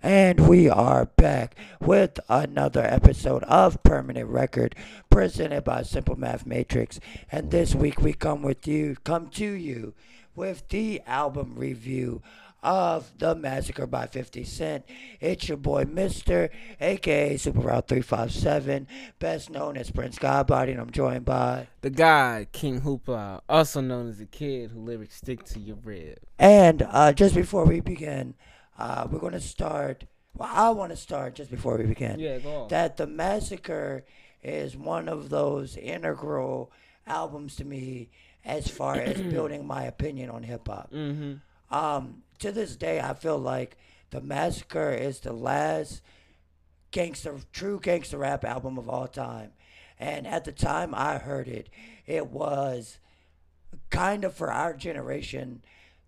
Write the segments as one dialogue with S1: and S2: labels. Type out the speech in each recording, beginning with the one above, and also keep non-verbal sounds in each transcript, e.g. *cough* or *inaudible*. S1: And we are back with another episode of Permanent Record presented by Simple Math Matrix. And this week we come with you, come to you with the album review of The Massacre by 50 Cent. It's your boy Mr. aka Super Route 357, best known as Prince Godbody, and I'm joined by
S2: The guy, King Hoopla, also known as the kid who lyrics stick to your rib.
S1: And uh, just before we begin, uh, we're going to start. Well, I want to start just before we begin.
S2: Yeah, go on.
S1: That the massacre is one of those integral albums to me as far as building my opinion on hip hop.
S2: mm-hmm.
S1: Um, to this day, I feel like the massacre is the last gangster, true gangster rap album of all time. And at the time I heard it, it was kind of for our generation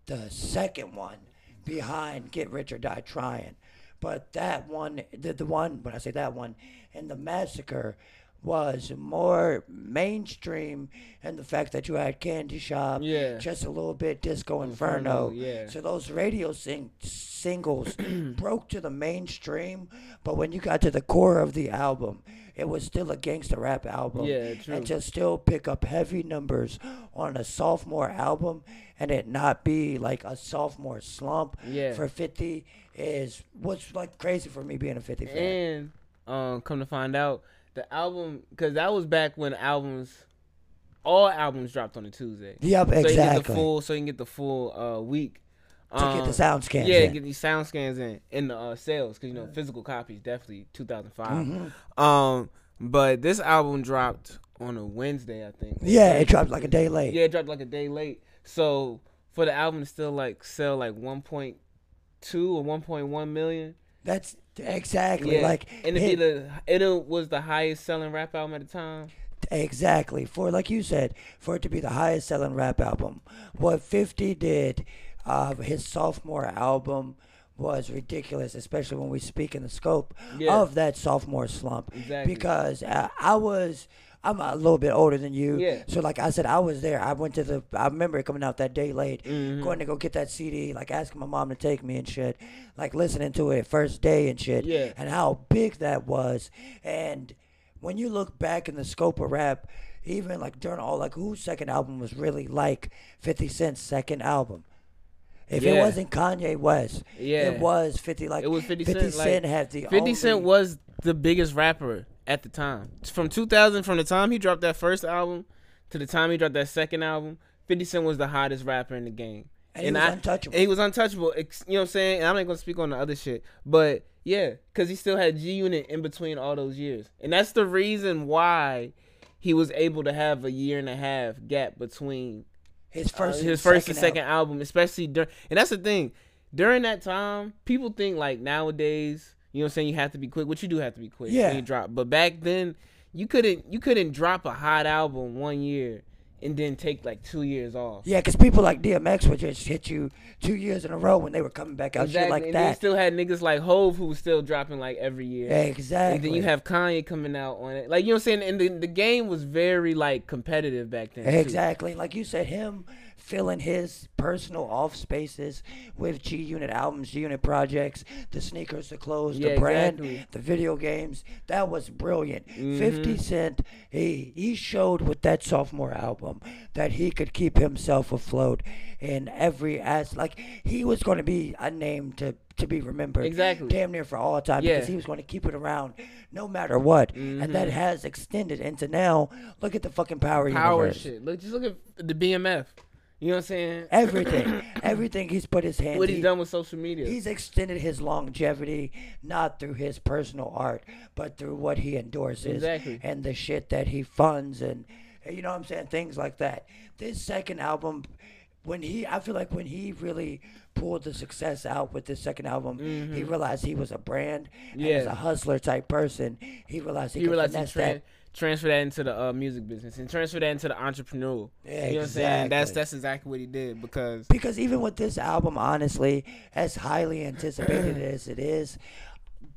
S1: the second one behind Get Rich or Die Trying. But that one, the, the one, when I say that one, and the massacre was more mainstream and the fact that you had Candy Shop,
S2: Yeah.
S1: just a little bit Disco Inferno.
S2: Inferno, yeah.
S1: So those radio sing-
S2: *clears throat*
S1: singles broke to the mainstream, but when you got to the core of the album, it was still a gangster rap album.
S2: Yeah, true.
S1: And to still pick up heavy numbers on a sophomore album and it not be like a sophomore slump
S2: Yeah.
S1: for 50 is what's like crazy for me being a 50 fan.
S2: And um, come to find out, the album, because that was back when albums, all albums dropped on a Tuesday.
S1: yep,
S2: So you get the
S1: exactly.
S2: full, so you can get the full uh, week. Um,
S1: to get the sound scans.
S2: Yeah,
S1: in.
S2: get these sound scans in in the uh, sales because you know physical copies definitely 2005.
S1: Mm-hmm.
S2: Um, but this album dropped on a Wednesday, I think.
S1: yeah, it dropped like a day late.
S2: Yeah, it dropped like a day late. So for the album to still like sell like 1.2 or 1.1 million.
S1: That's exactly
S2: Yeah,
S1: like
S2: and it be
S1: hit-
S2: the it was the highest selling rap album at the time.
S1: Exactly. For like you said, for it to be the highest selling rap album, what 50 did uh, his sophomore album was ridiculous, especially when we speak in the scope
S2: Yeah.
S1: of that sophomore slump.
S2: Exactly.
S1: Because uh, I was. I'm a little bit older than you,
S2: Yeah.
S1: so like I said, I was there. I went to the. I remember it coming out that day late,
S2: Mm-hmm.
S1: going to go get that CD, like asking my mom to take me and shit, like listening to it first day and shit,
S2: Yeah.
S1: and how big that was. And when you look back in the scope of rap, even like during all like whose second album was really like 50 Cent's second album. If it
S2: Yeah.
S1: wasn't Kanye West,
S2: Yeah.
S1: it was 50 like
S2: It was 50 Cent. like,
S1: Cent had the
S2: 50 Cent
S1: only-
S2: was the biggest rapper at the time. From 2000, from the time he dropped that first album to the time he dropped that second album, 50 Cent was the hottest rapper in the game.
S1: And he was untouchable.
S2: and he was untouchable. ex- You know what I'm saying? And I'm not going to speak on the other shit. But yeah, because he still had G Unit in between all those years. And that's the reason why he was able to have a year and a half gap between
S1: his first
S2: uh, his first and
S1: second
S2: second album, especially during. And that's the thing. During that time, people think like nowadays, you know, what I'm saying you have to be quick. Which you do have to be quick.
S1: Yeah.
S2: When you drop, but back then, you couldn't. You couldn't drop a hot album one year and then take like two years off.
S1: Yeah, because people like DMX would just hit you two years in a row when they were coming back out, shit like
S2: and then you
S1: that.
S2: still had niggas like Hove who was still dropping like every year.
S1: exactly.
S2: And then you have Kanye coming out on it. Like you know what I'm saying? And the, the game was very like competitive back then. too.
S1: Exactly. Like you said, him filling his personal off spaces with G Unit albums, G Unit projects, the sneakers, the clothes,
S2: Yeah,
S1: the brand,
S2: exactly. Mm-hmm.
S1: the video games. That was brilliant. 50 Cent, he, he showed with that sophomore album that he could keep himself afloat in every ass. Like, he was going to be a name to, to be remembered.
S2: Exactly.
S1: Damn near for all time because
S2: Yeah. Mm-hmm.
S1: he was going to keep it around no matter what. And that has extended into now. Look at the fucking power,
S2: Power
S1: universe
S2: shit. Look, just look at the BMF. You know what I'm saying? *laughs*
S1: everything, everything he's put his hands.
S2: what he's
S1: he-
S2: done with social media.
S1: He's extended his longevity not through his personal art, but through what he endorses
S2: Exactly.
S1: and the shit that he funds and you know what I'm saying things like that. This second album, when he, I feel like when he really pulled the success out with this second album, he
S2: Mm-hmm.
S1: realized he was a brand, and as
S2: Yeah.
S1: a hustler type person, he realized he,
S2: he
S1: could
S2: realized he
S1: finesse
S2: tran-
S1: that.
S2: transfer that into the uh, music business and transfer that into the entrepreneurial. You know what I'm saying? That's
S1: Exactly.
S2: that's exactly what he did because *clears throat*
S1: because even with this album, honestly, as highly anticipated as it is,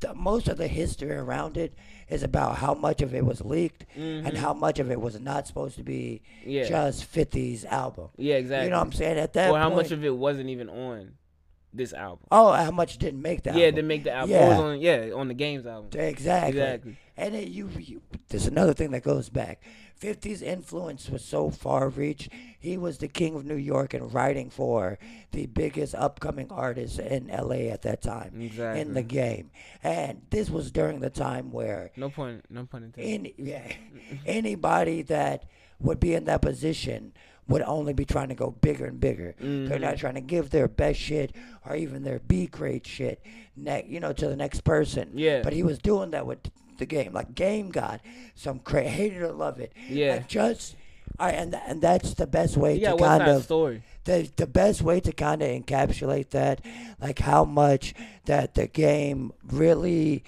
S1: the, most of the history around it is about how much of it was leaked and how much of it was not supposed to be
S2: Mm-hmm. Yeah.
S1: just 50's album.
S2: Yeah, exactly.
S1: You know what I'm saying? At that
S2: or how
S1: point,
S2: much of it wasn't even on this album.
S1: oh, how much didn't make that?
S2: yeah, to make the album. Yeah.
S1: Yeah.
S2: was on, yeah, on the games album.
S1: Exactly.
S2: Exactly.
S1: And then you, you, there's another thing that goes back. 50's influence was so far reach. He was the king of New York and writing for the biggest upcoming artists in LA at that
S2: Mm-hmm.
S1: time in
S2: Exactly.
S1: the game. And this was during the time where
S2: No point. No point in taking.
S1: any *laughs* yeah, anybody that would be in that position would only be trying to go bigger and bigger.
S2: Mm-hmm.
S1: They're not trying to give their best shit or even their B grade shit, ne- you know, to the next person.
S2: Yeah.
S1: But he was doing that with the game, like Game God. Some cra- hated or love it.
S2: Yeah.
S1: And just, I, and th- and that's the best way
S2: You got
S1: to
S2: West
S1: kind
S2: Side
S1: of
S2: Story.
S1: the the best way to kind of encapsulate that, like how much that the game really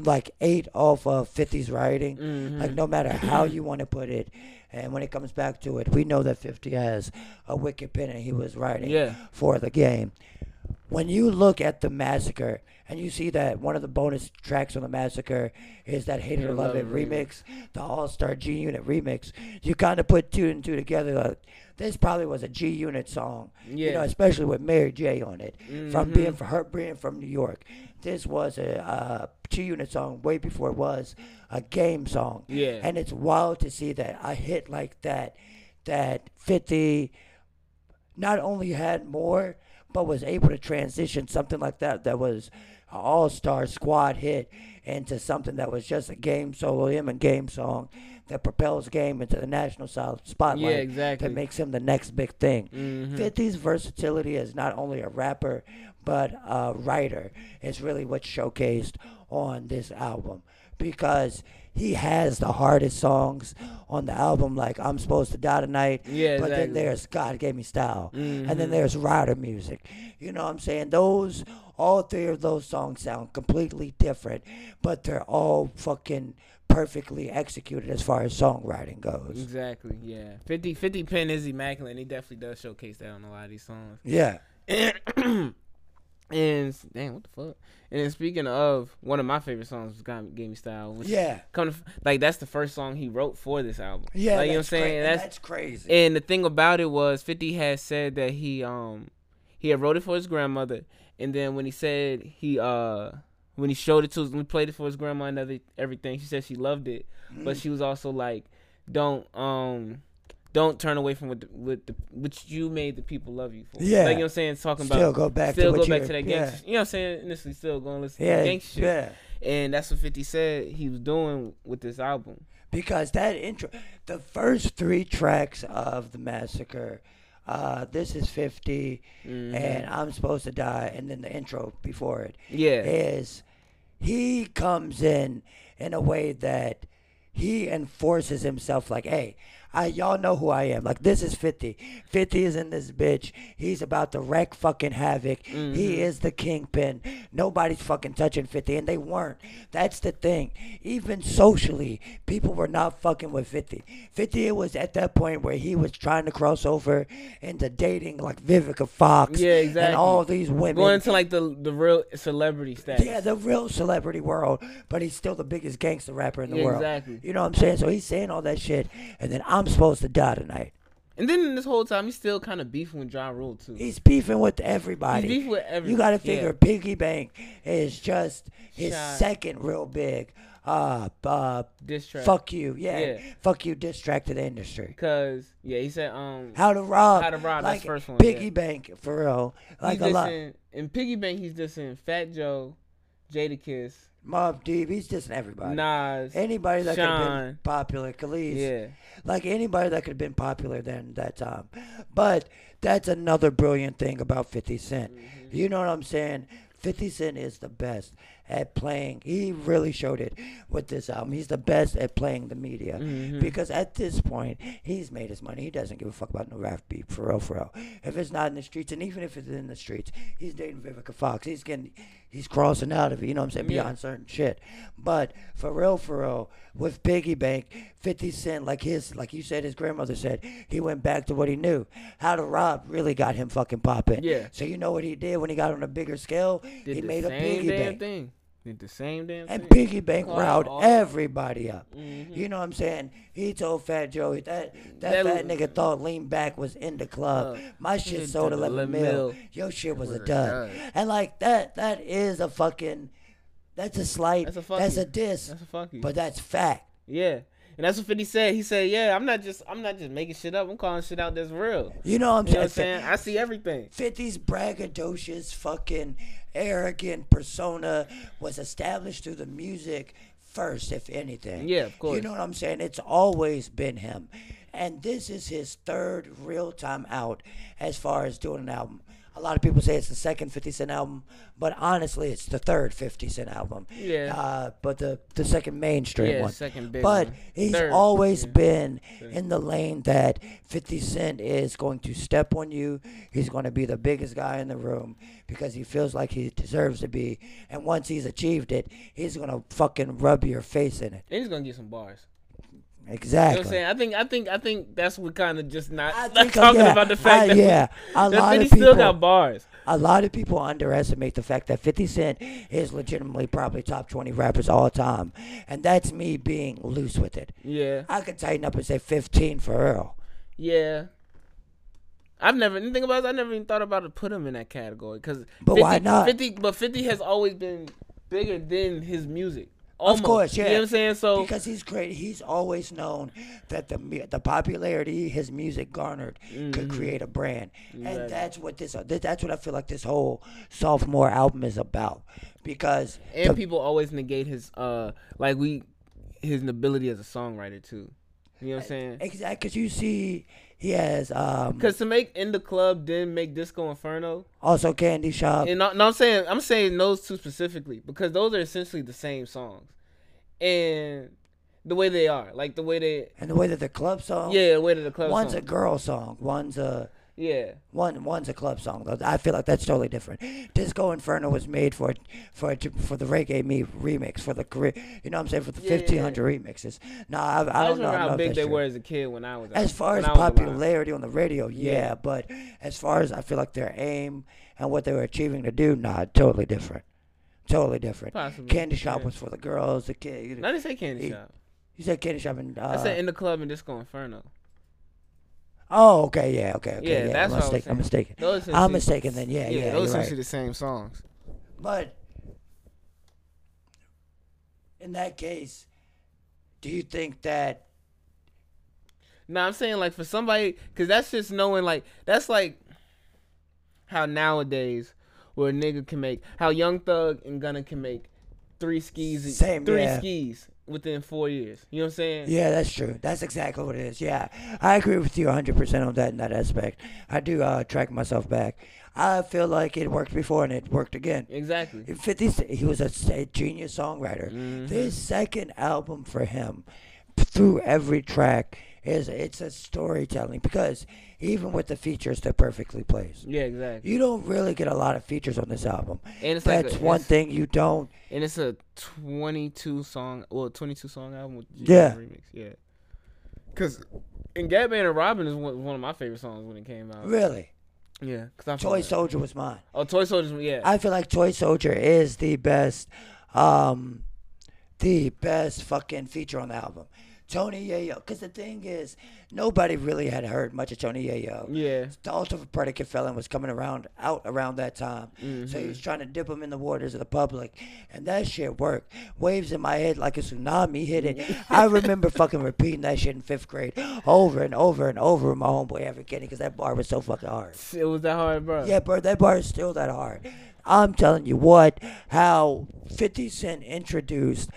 S1: like ate off of 50s writing like no matter how you want to put it and when it comes back to it we know that 50 has a wicked pen and he was writing
S2: Yeah.
S1: for the game when you look at the massacre and you see that one of the bonus tracks on the massacre is that hated or love it remix the all-star g unit remix you kind of put two and two together like this probably was a g unit song you
S2: Yeah. Mm-hmm.
S1: know especially with mary j on it from being for her being from new york this was a, a g unit song way before it was a game song
S2: Yeah.
S1: and it's wild to see that a hit like that that 50 not only had more, but was able to transition something like that that was an all star squad hit into something that was just a game solo him and game song that propels game into the national sol- spotlight.
S2: Yeah, exactly. Mm-hmm.
S1: That makes him the next big thing. 50's versatility as not only a rapper, but a writer is really what's showcased on this album because he has the hardest songs on the album, like I'm Supposed to Die Tonight.
S2: Yeah,
S1: But then
S2: exactly. Mm-hmm.
S1: there there's God Gave Me Style. And then there's Rider Music. You know what I'm saying? Those, all three of those songs sound completely different, but they're all fucking perfectly executed as far as songwriting goes.
S2: Exactly. Yeah. 50, 50 Pen is immaculate. And he definitely does showcase that on a lot of these songs.
S1: Yeah.
S2: *coughs* and s- damn, what the fuck? And then speaking of one of my favorite songs was God Gave Me Style. Which
S1: Yeah.
S2: Come to, f- like that's the first song he wrote for this album.
S1: Yeah.
S2: Like, you know what
S1: that's cra-
S2: I'm saying?
S1: and
S2: that's
S1: that's crazy.
S2: And the thing about it was, Fifty had said that he um he had wrote it for his grandmother, and then when he said he uh when he showed it to when he played it for his grandma and other, everything, she said she loved it, but she was also like, don't um. Don't turn away from what the, what the, which you made the people love you for.
S1: Yeah.
S2: like you know what I'm saying. Talking
S1: Still
S2: about
S1: go back to
S2: still
S1: what
S2: go
S1: you
S2: back
S1: were-
S2: to that
S1: yeah.
S2: gangster. You know what I'm saying. Initially, still going to listen
S1: Yeah,
S2: to gangster. shit.
S1: yeah.
S2: And that's what 50 said he was doing with this album.
S1: because that intro, the first three tracks of the massacre, uh, this is 50,
S2: Mm-hmm.
S1: and I'm supposed to die, and then the intro before it
S2: Yeah.
S1: is he comes in in a way that he enforces himself like, hey, I y'all know who I am. Like this is 50. 50 is in this bitch. He's about to wreck fucking havoc.
S2: Mm-hmm.
S1: He is the kingpin. Nobody's fucking touching 50 and they weren't. That's the thing. Even socially, people were not fucking with 50. 50 it was at that point where he was trying to cross over into dating like Vivica Fox
S2: Yeah,
S1: and
S2: exactly.
S1: all these women.
S2: Going into like the the real celebrity status.
S1: Yeah, the real celebrity world, but he's still the biggest gangster rapper in the
S2: Yeah,
S1: world.
S2: exactly.
S1: You know what I'm saying? So he's saying all that shit, and then I'm supposed to die tonight.
S2: And then this whole time he's still kind of beefing with John Rule too.
S1: He's beefing with everybody.
S2: He's beefing with every-
S1: You got to
S2: yeah.
S1: figure Piggy Bank is just his
S2: Shot.
S1: second real big. Uh, uh,
S2: Diss track.
S1: fuck you, yeah,
S2: Yeah.
S1: fuck you, distracted industry.
S2: Cause yeah, he said um
S1: How to rob?
S2: How to Rob,
S1: Like
S2: that's the first one,
S1: Piggy
S2: yeah.
S1: Bank for real,
S2: he's
S1: like a lot.
S2: dissing in Piggy Bank he's dissing Fat Joe, Jadakiss,
S1: Mob Deep, he's dissing everybody.
S2: Nas,
S1: Anybody that could have been
S2: Sean.
S1: popular, Khalees.
S2: Yeah.
S1: like anybody that could have been popular then that time. But that's another brilliant thing about 50 cent You know what I'm saying? 50 Cent is the best at playing. He really showed it with this album. He's the best at playing the media because at this point, he's made his money. He doesn't give a fuck about no rap beat for real, for real. If it's not in the streets, and even if it's in the streets, he's dating Vivica Fox. He's getting, he's crossing out of it. You know what I'm saying?
S2: Yeah.
S1: Beyond certain shit. But for real, for real, with Piggy Bank, 50 Cent, like his, like you said, his grandmother said, he went back to what he knew. How to rob really got him fucking popping.
S2: Yeah.
S1: So you know what he did when he got on a bigger scale?
S2: did
S1: he
S2: the
S1: made a
S2: same
S1: Piggy
S2: damn
S1: Bank.
S2: thing. Did the same damn
S1: And
S2: thing.
S1: Piggy Bank
S2: Called
S1: riled
S2: all-
S1: everybody up.
S2: Mhm.
S1: You know what I'm saying? He told Fat Joey that that,
S2: That
S1: fat
S2: was-
S1: nigga thought lean back was in the club.
S2: Uh,
S1: My shit
S2: shit
S1: sold
S2: did
S1: 11
S2: 11
S1: mil.
S2: mil.
S1: Your shit was,
S2: was
S1: a
S2: a
S1: dud.
S2: dud.
S1: And like that, that is a fucking, that's a slight,
S2: That's
S1: that's
S2: a
S1: a,
S2: fuck you.
S1: diss,
S2: That's a fuck you.
S1: but that's fact.
S2: yeah. And that's what 50 said. He said, "Yeah, I'm not just I'm not just making shit up. I'm calling shit out that's real."
S1: You know what I'm
S2: You know what I'm
S1: saying?
S2: saying? I see everything.
S1: 50's braggadocious, fucking arrogant persona was established through the music first, if anything.
S2: Yeah, of
S1: You
S2: course.
S1: know what I'm saying? It's always been him. And this is his third real time out as far as doing an album. A lot of people say it's the second 50 Cent album, but honestly, it's the third 50 Cent album.
S2: Yeah.
S1: Uh, but the, the second mainstream
S2: Yeah,
S1: one.
S2: second big
S1: but
S2: one.
S1: he's
S2: Third,
S1: always
S2: yeah.
S1: been in the lane that 50 Cent is going to step on you. He's going to be the biggest guy in the room because he feels like he deserves to be. And once he's achieved it, he's going to fucking rub your face in it.
S2: And he's gonna get some bars. You know what I'm
S1: Exactly.
S2: saying? I think I think I think that's what kind of just not,
S1: I
S2: *laughs* not
S1: think, uh,
S2: talking
S1: yeah,
S2: about the fact
S1: I-
S2: that *laughs*
S1: yeah, a
S2: that
S1: lot of
S2: 50 still
S1: people-
S2: got bars.
S1: A lot of people underestimate the fact that 50 Cent is legitimately probably top 20 rappers all time. And that's me being loose with it.
S2: Yeah,
S1: I could tighten up and say 15 for Earl.
S2: yeah. I've never anything about. It, I never even thought about to put him in that category because.
S1: But why not?
S2: Fifty, but Fifty has always been bigger than his music. Almost.
S1: Of course, yeah.
S2: You know what I'm saying? So
S1: because he's great, he's always known that the mu- the popularity his music garnered
S2: Mm-hmm.
S1: could create a brand, and that's what this uh, th- that's what I feel like this whole sophomore album is about. Because
S2: and
S1: the-
S2: people always negate his uh like we his ability as a songwriter too. You know what I'm saying?
S1: exact, because you see, he has um
S2: Because to make in the club, then make Disco Inferno,
S1: also Candy Shop.
S2: and I- no, I'm saying I'm saying those two specifically because those are essentially the same songs, and the way they are, like the way they,
S1: and the way that the club song,
S2: yeah, the way that the club
S1: one's
S2: song,
S1: a girl song, one's a
S2: yeah,
S1: One one's a club song though. I feel like that's totally different. Disco Inferno was made for for for the reggae me remix for the career. You know what I'm saying for the
S2: Yeah, yeah, yeah.
S1: 1500 remixes. No, I, I,
S2: I,
S1: don't
S2: just
S1: know. I
S2: remember
S1: don't know
S2: how
S1: if
S2: big
S1: that's
S2: they
S1: true.
S2: were as a kid when I was
S1: As far
S2: when
S1: as
S2: I was alive.
S1: popularity on the radio, yeah,
S2: Yeah.
S1: but as far as I feel like their aim and what they were achieving to do, nah, totally different. Totally different.
S2: Possibly,
S1: Candy Shop
S2: yeah.
S1: was for the girls. The kid,
S2: I didn't say Candy
S1: He-
S2: Shop.
S1: you said Candy Shop and uh,
S2: I said in the club and Disco Inferno.
S1: oh, okay, yeah, okay, okay,
S2: Yeah,
S1: yeah. I'm,
S2: that's what I was
S1: mistaken. I'm
S2: saying.
S1: mistaken.
S2: Those are
S1: I'm
S2: the-
S1: mistaken. Then yeah, yeah, you're
S2: those are
S1: right.
S2: essentially the same songs.
S1: But in that case, do you think that
S2: No, I'm saying like for somebody, cause that's just knowing like that's like how nowadays where a nigga can make how Young Thug and Gunna can make three skis,
S1: Same,
S2: three
S1: yeah.
S2: skis within four years. You know what I'm saying?
S1: yeah, that's true. That's exactly what it is. Yeah, I agree with you 100% on that in that aspect. I do uh, track myself back. I feel like it worked before and it worked again.
S2: Exactly.
S1: 50 Cent- he was a, s- a genius songwriter.
S2: Mm-hmm.
S1: This second album for him, p- through every track, is it's a storytelling because even with the features, they're perfectly placed.
S2: Yeah, exactly.
S1: You don't really get a lot of features on this album.
S2: And it's like
S1: That's
S2: a-
S1: one
S2: it's-
S1: thing you don't.
S2: And it's a 22 song, well, 22 song album with G
S1: Yeah.
S2: remix. Yeah. Cause and Batman and Robin is one, one of my favorite songs when it came out.
S1: Really,
S2: Yeah, cause I
S1: Toy Soldier was mine.
S2: Oh, Toy Soldier. Yeah.
S1: I feel like Toy Soldier is the best, um, the best fucking feature on the album. Tony Yayo, because the thing is, nobody really had heard much of Tony Yayo.
S2: yeah.
S1: The Altar of Predicate Felon was coming around out around that time, so he was trying to dip him in the waters of the public, and that shit worked. Waves in my head like a tsunami hit it. I remember fucking repeating that shit in fifth grade over and over and over with my homeboy Evan Kenny because that bar was so fucking hard.
S2: It was that hard, bro.
S1: Yeah, bro, that bar is still that hard. I'm telling you what, how 50 Cent introduced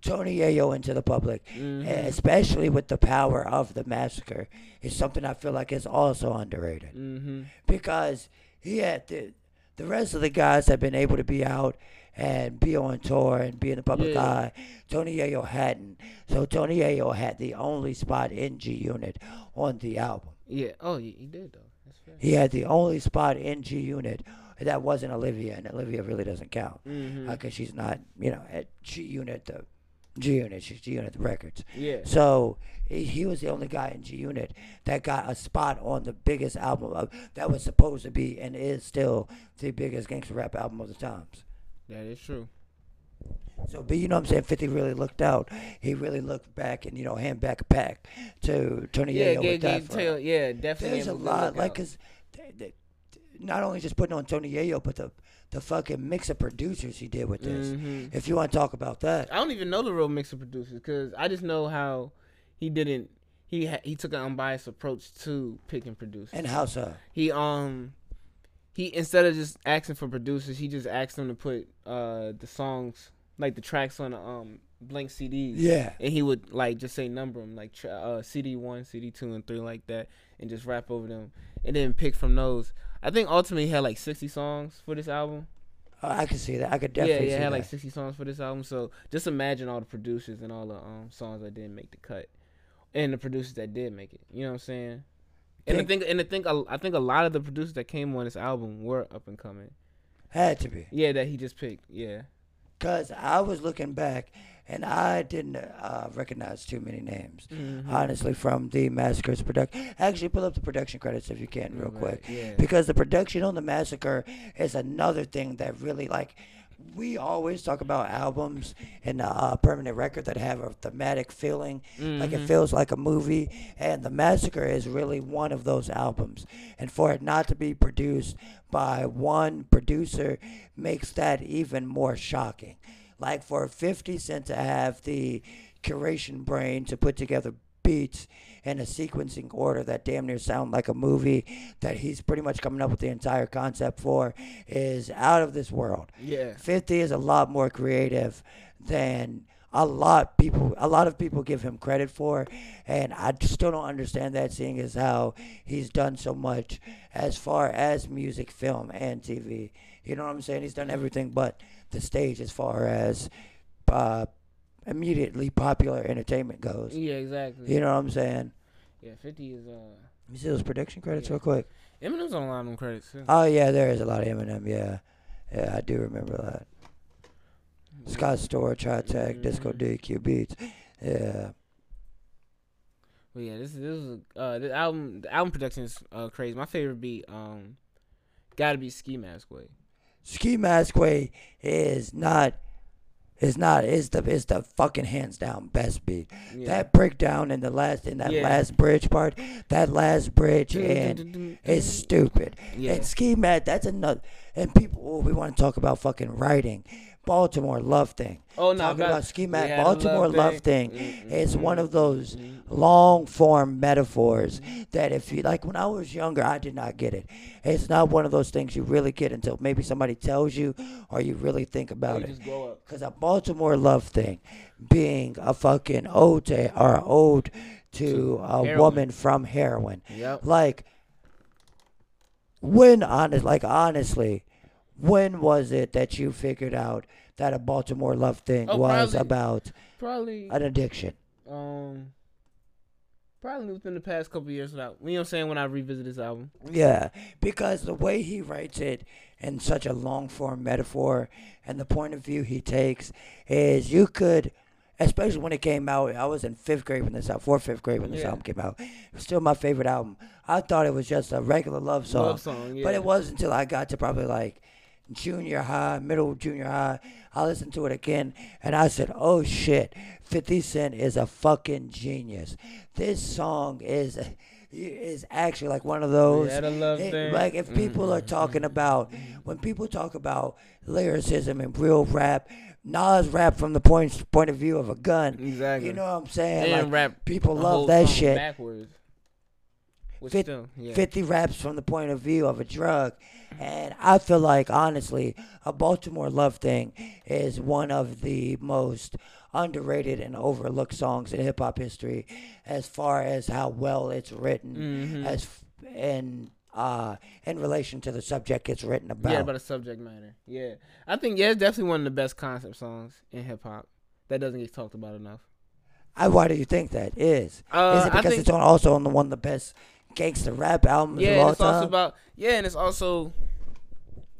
S1: Tony Ayo into the public, especially with the power of the massacre, is something I feel like is also underrated
S2: Mm-hmm.
S1: because he had the the rest of the guys have been able to be out and be on tour and be in the public
S2: Yeah.
S1: eye. Tony Ayo hadn't, so Tony Ayo had the only spot in G Unit on the album.
S2: Yeah. Oh, he, he did though. That's fair.
S1: He had the only spot in G Unit that wasn't Olivia, and Olivia really doesn't count because
S2: Mm-hmm.
S1: she's not, you know, at G Unit the G Unit, she's G Unit the records.
S2: Yeah.
S1: So he, he was the only guy in G Unit that got a spot on the biggest album of, that was supposed to be and is still the biggest gangster rap album of the times.
S2: That is true.
S1: So, but you know what I'm saying? 50 really looked out. He really looked back and, you know, hand back a pack to Tony
S2: Yeah,
S1: Yayo
S2: gave,
S1: with that.
S2: gave
S1: front.
S2: Taylor. Yeah, definitely.
S1: There's
S2: gave
S1: a
S2: him
S1: lot,
S2: good
S1: like,
S2: lookout.
S1: cause th- th- not only just putting on Tony Yayo, but the the fucking mix of producers he did with this.
S2: Mhm.
S1: If you want to talk about that,
S2: I don't even know the real mixer producers because I just know how he didn't. He ha- he took an unbiased approach to picking producers.
S1: and how so?
S2: he um he instead of just asking for producers, he just asked them to put uh the songs like the tracks on um blank CDs.
S1: Yeah.
S2: And he would like just say number them like tra- uh, CD one, CD two, and three like that, and just rap over them, and then pick from those. I think ultimately he had like sixty songs for this album.
S1: Uh, I can see that. I could definitely
S2: yeah, yeah,
S1: see
S2: had
S1: that.
S2: like sixty songs for this album. So just imagine all the producers and all the um songs that didn't make the cut, and the producers that did make it. You know what I'm saying? And I
S1: Think-
S2: think, and I think, a- I think a lot of the producers that came on this album were up and coming.
S1: Had to be.
S2: Yeah, that he just picked. Yeah,
S1: Because I was looking back and I didn't uh, recognize too many names,
S2: Mm-hmm.
S1: honestly, from the Massacre's production. Actually, pull up the production credits if you can, real
S2: Right,
S1: quick.
S2: yeah.
S1: Because the production on the Massacre is another thing that really, like, we always talk about albums and uh, permanent record that have a thematic feeling, like it feels like a movie. And the Massacre is really one of those albums. And for it not to be produced by one producer makes that even more shocking. Like for 50 Cent to have the curation brain to put together beats in a sequencing order that damn near sound like a movie that he's pretty much coming up with the entire concept for is out of this world.
S2: yeah,
S1: 50 is a lot more creative than a lot people a lot of people give him credit for and I still don't understand that seeing as how he's done so much as far as music, film and TV. You know what I'm saying? He's done everything but the stage as far as uh, immediately popular entertainment goes.
S2: yeah, exactly.
S1: You know what I'm saying?
S2: Yeah, Fifty is uh,
S1: Let me see those production credits real quick.
S2: Eminem's on a lot of them credits. Too.
S1: Oh yeah, there is a lot of Eminem. Yeah, yeah, I do remember that. Scott Storch, High Tech, Disco
S2: Mm-hmm.
S1: DQ Beats. Yeah,
S2: But yeah, this this is uh the album the album production is uh crazy. My favorite beat um, gotta be Ski Mask Way.
S1: Ski Mask Way is not. Is not is the is the fucking hands down best beat.
S2: Yeah.
S1: That breakdown in the last in that
S2: Yeah.
S1: last bridge part, that last bridge and it's stupid.
S2: Yeah.
S1: And Ski Mask, that's another. And people, oh, we want to talk about fucking writing. Baltimore love thing.
S2: Oh, no,
S1: talking
S2: but-
S1: about Ski Mask,
S2: yeah, the
S1: Baltimore
S2: love
S1: love
S2: thing. Mm-hmm.
S1: thing. It's one of those long form metaphors that if you like, when I was younger, I did not get it. It's not one of those things you really get until maybe somebody tells you or you really think about
S2: You
S1: it.
S2: just grow up.
S1: Because a Baltimore love thing being a fucking ode to, or ode to a
S2: heroin.
S1: woman from heroin.
S2: Yep.
S1: Like, when honest, like honestly, when was it that you figured out that a Baltimore love thing
S2: Oh,
S1: was
S2: probably-
S1: about
S2: Probably
S1: an addiction?
S2: um probably within the past couple years without you know what I'm saying when I revisit this album.
S1: Yeah, because the way he writes it in such a long form metaphor and the point of view he takes is you could, especially when it came out, I was in fifth grade when this album, fourth, fifth grade when this
S2: Yeah.
S1: album came out. It was still my favorite album. I thought it was just a regular love song.
S2: Love song, yeah.
S1: But it wasn't until I got to probably like junior high, middle junior high. I listened to it again and I said, oh shit, 50 Cent is a fucking genius. This song is. Is actually like one of those.
S2: Yeah, the love
S1: it-
S2: thing. Mm-hmm.
S1: like if people are talking about when people talk about lyricism and real rap, Nas rap from the point point of view of a gun.
S2: Exactly.
S1: You know what I'm saying?
S2: And
S1: Like,
S2: rap
S1: people
S2: a
S1: love
S2: whole
S1: that
S2: song
S1: shit.
S2: Backwards. Which
S1: Fit-
S2: still, yeah.
S1: 50 raps from the point of view of a drug. And I feel like, honestly, a Baltimore Love Thing is one of the most underrated and overlooked songs in hip hop history as far as how well it's written
S2: Mm-hmm.
S1: as f- and uh, in relation to the subject it's written about.
S2: Yeah, about a subject matter. Yeah, I think yeah, it's definitely one of the best concept songs in hip hop that doesn't get talked about enough.
S1: I, why do you think that is? is
S2: Uh, I
S1: it because
S2: think-
S1: it's on also on the one of the best gangster rap albums
S2: Yeah,
S1: of
S2: and
S1: all
S2: it's
S1: time?
S2: also about yeah, and it's also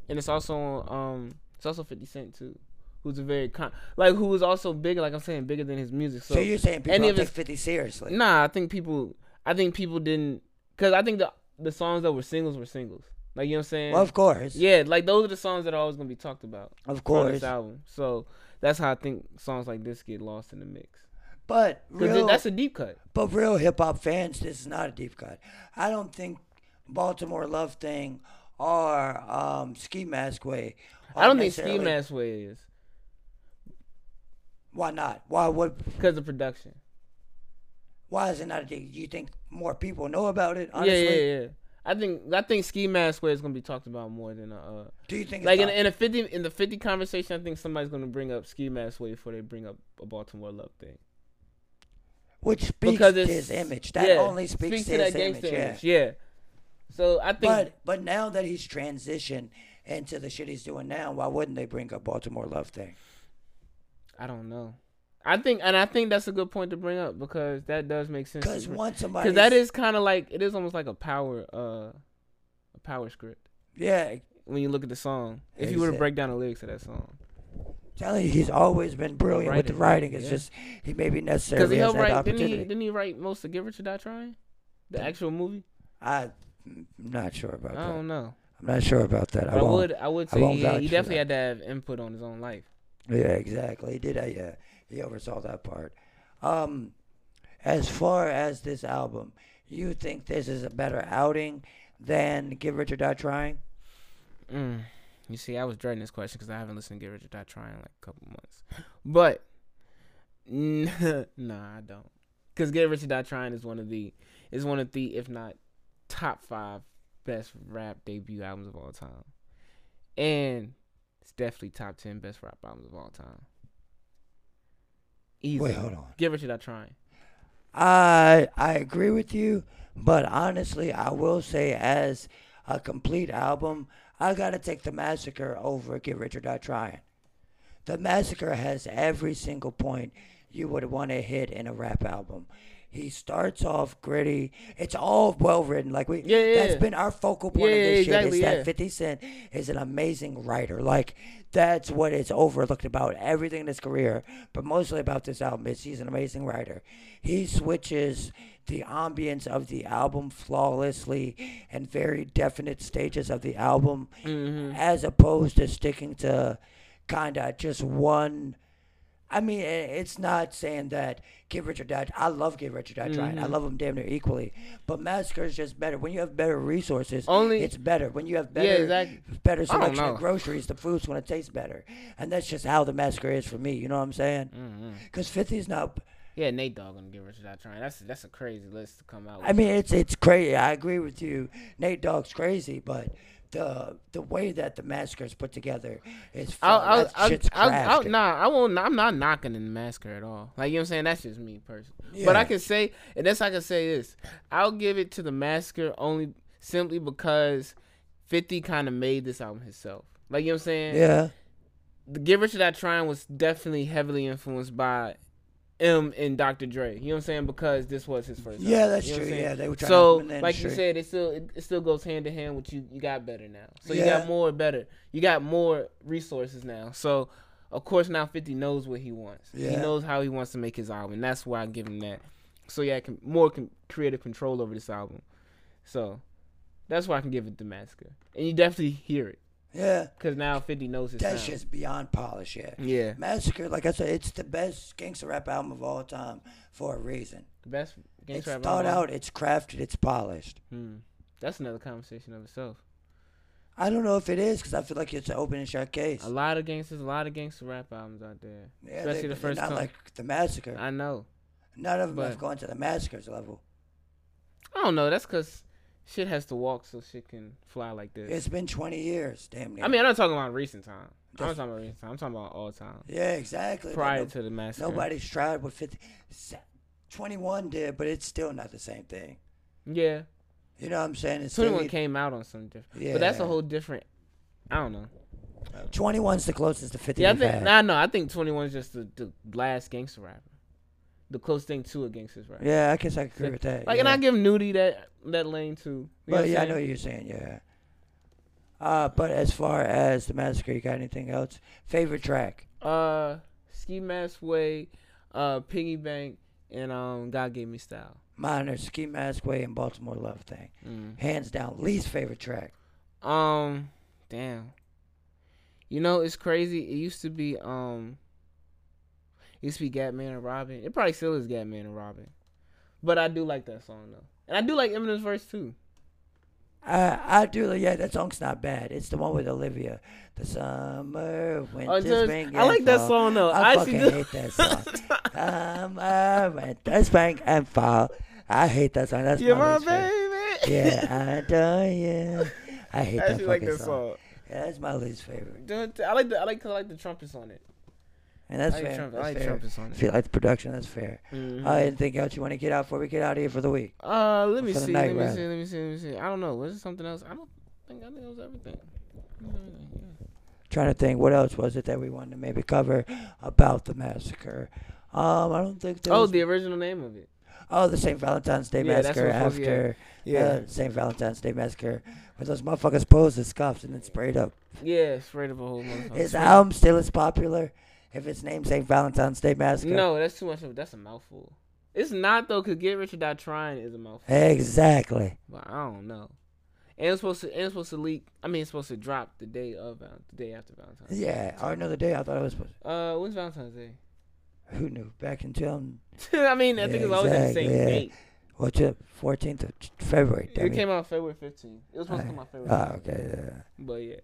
S2: and it's also um it's also Fifty Cent too, who's a very con- like who is also bigger, like I'm saying, bigger than his music. So,
S1: so you're saying people
S2: any
S1: don't
S2: of his-
S1: take 50 seriously?
S2: Nah, I think people. I think people didn't because I think the the songs that were singles were singles. Like you know what I'm saying?
S1: Well, of course.
S2: yeah, like those are the songs that are always gonna be talked about
S1: Of
S2: on this
S1: course.
S2: album. So That's how I think songs like this get lost in the mix.
S1: But
S2: Because
S1: real,
S2: that's a deep cut.
S1: but real hip hop fans, this is not a deep cut. I don't think Baltimore Love Thing or um, Ski Mask Way.
S2: I
S1: are
S2: don't think Ski
S1: necessarily-
S2: Mask Way is
S1: Why not? Why would?
S2: because of production.
S1: Why is it not a deep? You think more people know about it?
S2: Yeah,
S1: Honestly,
S2: yeah, yeah. I think I think Ski Mask Way is gonna be talked about more than uh
S1: do you think it's
S2: like in,
S1: not-
S2: in a fifty in the fifty conversation. I think somebody's gonna bring up Ski Mask Way before they bring up a Baltimore Love thing.
S1: which speaks to
S2: because it's
S1: his image? That
S2: yeah,
S1: only speaks, to, his image.
S2: gangsta
S1: yeah.
S2: Yeah. So I think
S1: But but now that he's transitioned into the shit he's doing now, why wouldn't they bring up Baltimore Love Thing?
S2: I don't know. I think and I think that's a good point to bring up because that does make sense. to
S1: Because
S2: bring-
S1: once somebody,
S2: Because that is kind of like it is almost like a power, uh, a power script
S1: yeah,
S2: when you look at the song. If you were to
S1: Exact-
S2: break down the lyrics of that song,
S1: telling you he's always been brilliant with the writing.
S2: Writing,
S1: It's
S2: yeah.
S1: just he maybe
S2: because
S1: necessarily
S2: he
S1: has
S2: helped
S1: that
S2: write. Didn't he?
S1: opportunity.
S2: Didn't he write most of "Give Rich or Die Trying," the actual movie?
S1: I'm not sure about
S2: I
S1: that.
S2: don't know.
S1: I'm not sure about that. I,
S2: I,
S1: won't.
S2: would. I would
S1: I
S2: say
S1: won't
S2: he,
S1: vouch
S2: he
S1: for
S2: definitely
S1: that.
S2: had to have input on his own life.
S1: Yeah, exactly. He did. I, yeah, he oversaw that part. Um, as far as this album, you think this is a better outing than Give Rich or Die Trying?
S2: Mm. You see, I was dreading this question because I haven't listened to "Give Rich or Die Trying" in like a couple months, but *laughs* n- nah, I don't. Because "Get Rich or Die Trying" is one of the is one of the if not top five best rap debut albums of all time, and it's definitely top ten best rap albums of all time. Easy.
S1: Wait, hold on.
S2: "Get Rich or Die Trying."
S1: I I agree with you, but honestly, I will say as a complete album, I gotta take the massacre over Get Rich or Die Trying. The massacre has every single point you would want to hit in a rap album. He starts off gritty. It's all well written. Like we,
S2: Yeah, yeah,
S1: that's
S2: yeah.
S1: been our focal point
S2: Yeah,
S1: of
S2: yeah,
S1: this
S2: exactly,
S1: shit. Is
S2: yeah.
S1: that Fifty Cent is an amazing writer. Like that's what is overlooked about everything in his career, but mostly about this album is he's an amazing writer. He switches the ambience of the album flawlessly and very definite stages of the album,
S2: Mm-hmm.
S1: as opposed to sticking to kind of just one. I mean, i- it's not saying that Get Rich or Die. I love Get Rich or Die Trying. I
S2: Mm-hmm.
S1: love them damn near equally. But Massacre is just better. When you have better resources,
S2: Only-
S1: it's better. When you have better,
S2: exactly.
S1: better selection
S2: know.
S1: of groceries, the food's going to taste better. And that's just how the Massacre is for me. You know what I'm saying?
S2: Mm.
S1: Because 50's not.
S2: Yeah, Nate Dogg gonna "Get Rich or Die Trying." That's that's a crazy list to come out. With.
S1: I mean, it's it's crazy. I agree with you. Nate Dogg's crazy, but. The, the way that the massacre is put together is
S2: I'll,
S1: fun.
S2: I'll,
S1: That
S2: I'll,
S1: shit's
S2: I'll, I'll,
S1: crafted.
S2: nah, I won't. I'm not knocking in the massacre at all. Like you know what I'm saying. That's just me personally. But I
S1: Yeah.
S2: can say, and that's I can say this. I'll give it to the massacre only simply because Fifty kind of made this album himself. Like you know what I'm saying.
S1: Yeah.
S2: The Get Rich or Die Trying was definitely heavily influenced by M and Dr. Dre. You know what I'm saying? Because this was his first.
S1: Yeah,
S2: album,
S1: that's
S2: you know what
S1: true.
S2: I'm saying?
S1: Yeah, they were trying to
S2: so,
S1: help him in the
S2: like you
S1: industry.
S2: said, it still it, it still goes hand in hand with you. You got better now, so you
S1: Yeah.
S2: got more better. You got more resources now. So, of course, now Fifty knows what he wants. He
S1: Yeah.
S2: knows how he wants to make his album, and that's why I give him that. So yeah, can, more con- creative control over this album. So that's why I can give it to Masker, and you definitely hear it
S1: Yeah.
S2: because now Fifty knows his
S1: That's
S2: sound.
S1: just beyond polish, yeah.
S2: yeah,
S1: Massacre, like I said, it's the best gangster rap album of all time for a reason.
S2: the best
S1: It's
S2: gangster rap
S1: thought
S2: album.
S1: out, it's crafted, it's polished.
S2: Hmm. That's another conversation of itself.
S1: I don't know if it is because I feel like it's an open and shut case.
S2: A lot of gangsters, a lot of gangster rap albums out there.
S1: Yeah,
S2: especially
S1: they,
S2: the
S1: they're
S2: first
S1: not
S2: couple.
S1: like the massacre.
S2: I know.
S1: None of them
S2: but-
S1: have gone to the massacre's level.
S2: I don't know. That's because shit has to walk so shit can fly like this.
S1: It's been 20 years, damn near.
S2: I mean, I'm not talking about recent time. I'm not
S1: Just-
S2: talking about recent time. I'm talking about all time.
S1: yeah, exactly. but
S2: Prior
S1: no-
S2: to the massacre.
S1: nobody's tried what 50, se- 21 did, but it's still not the same thing.
S2: Yeah.
S1: You know what I'm saying? It's still- e,
S2: 21 came out on some different. But that's a
S1: Yeah.
S2: whole different. I don't know.
S1: 21's the closest to 50
S2: Yeah, I
S1: we've
S2: think.
S1: had.
S2: Nah, no. I think 21 is just the, the last gangster rapper. The closest thing to a gangster's rapper.
S1: Yeah, I guess I agree with that.
S2: Like, and
S1: yeah.
S2: I give Nudie that that lane too. You know what
S1: But
S2: I'm
S1: yeah, I
S2: saying?
S1: know what you're saying. Yeah. Uh, but as far as the massacre, you got anything else? Favorite track?
S2: uh Ski Mask Way, uh Piggy Bank, and um God Gave Me Style.
S1: Mine are Ski Mask Way and Baltimore Love Thing.
S2: Mm.
S1: Hands down, least favorite track.
S2: Um, damn. You know it's crazy. It used to be um It used to be Gatman and Robin. It probably still is Gatman and Robin. But I do like that song though. And I do like Eminem's verse too.
S1: I, I do. Yeah, that song's not bad. It's the one with Olivia. The summer when
S2: Oh,
S1: this
S2: just-
S1: spring
S2: I like
S1: and
S2: that
S1: fall.
S2: song, though.
S1: I,
S2: I actually
S1: fucking
S2: do-
S1: hate that
S2: *laughs*
S1: song. Ah, summer when this spring and fall. I hate that song. That's
S2: You're
S1: my
S2: my
S1: least favorite.
S2: baby.
S1: Yeah,
S2: *laughs*
S1: I do. Yeah, I hate
S2: I
S1: that
S2: actually
S1: fucking
S2: like that
S1: song.
S2: song.
S1: Yeah, that's my least favorite.
S2: Don't- I like the I like 'cause I like the trumpets on it.
S1: And that's
S2: I like
S1: fair.
S2: trumpets.
S1: that's
S2: I like
S1: fair.
S2: trumpets on
S1: I
S2: it.
S1: feel like the production. That's fair.
S2: Mhm.
S1: Uh, anything else you want to get out before we get out of here for the week?
S2: Uh, let me
S1: For the
S2: see.
S1: night,
S2: Let me
S1: rather.
S2: see. Let me see. Let me see. I don't know. Was it something else? I don't think. I think it was everything. I think it was everything, yeah.
S1: trying to think what else was it that we wanted to maybe cover about the massacre. Um, I don't think there
S2: Oh,
S1: was,
S2: the original name of it.
S1: oh the St. Valentine's Day
S2: Yeah, that's
S1: massacre
S2: what it was, yeah.
S1: after
S2: Yeah.
S1: uh, St. Valentine's Day massacre where those motherfuckers posed as scuffs and then sprayed up.
S2: Yeah, straight up a whole motherfucker.
S1: His
S2: Straight-
S1: album still is popular if it's named St. Valentine's Day massacre.
S2: No, that's too much of. That's a mouthful. It's not though, cause Get Rich or Die Trying is a mouthful.
S1: Exactly.
S2: But I don't know. And it's supposed to. And it's supposed to leak. I mean, it's supposed to drop the day of Val- the day after Valentine's. Day.
S1: Yeah, or another day I thought it was supposed
S2: Uh, when's Valentine's Day? *laughs*
S1: who knew back in town
S2: I mean, I think it's always at the same
S1: Exactly, yeah.
S2: date.
S1: what's it 14th of February.
S2: It
S1: damn
S2: came out February 15th. It was supposed to come out February.
S1: Oh,
S2: 15th.
S1: okay. Yeah.
S2: But yeah.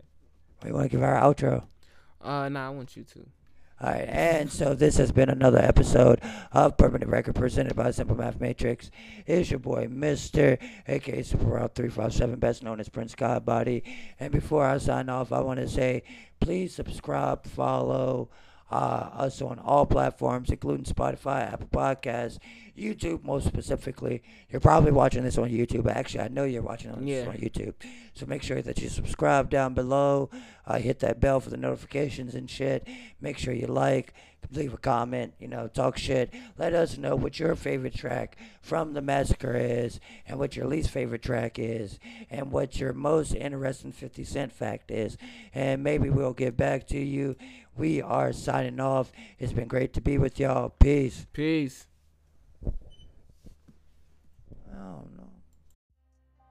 S1: We want to give our outro.
S2: Uh, nah, I want you to.
S1: All right, and so this has been another episode of Permanent Record presented by Simple Math Matrix. It's your boy Mister, aka Super Route Three Five Seven, best known as Prince God Body. And before I sign off, I want to say, please subscribe, follow uh, us on all platforms, including Spotify, Apple Podcasts, YouTube, most specifically. You're probably watching this on YouTube. Actually, I know you're watching on this
S2: Yeah.
S1: on YouTube. So make sure that you subscribe down below. Uh, hit that bell for the notifications and shit. Make sure you like, leave a comment, you know, talk shit. Let us know what your favorite track from The Massacre is, and what your least favorite track is, and what your most interesting 50 Cent fact is. And maybe we'll get back to you. We are signing off. It's been great to be with y'all. Peace.
S2: Peace.
S1: I don't know.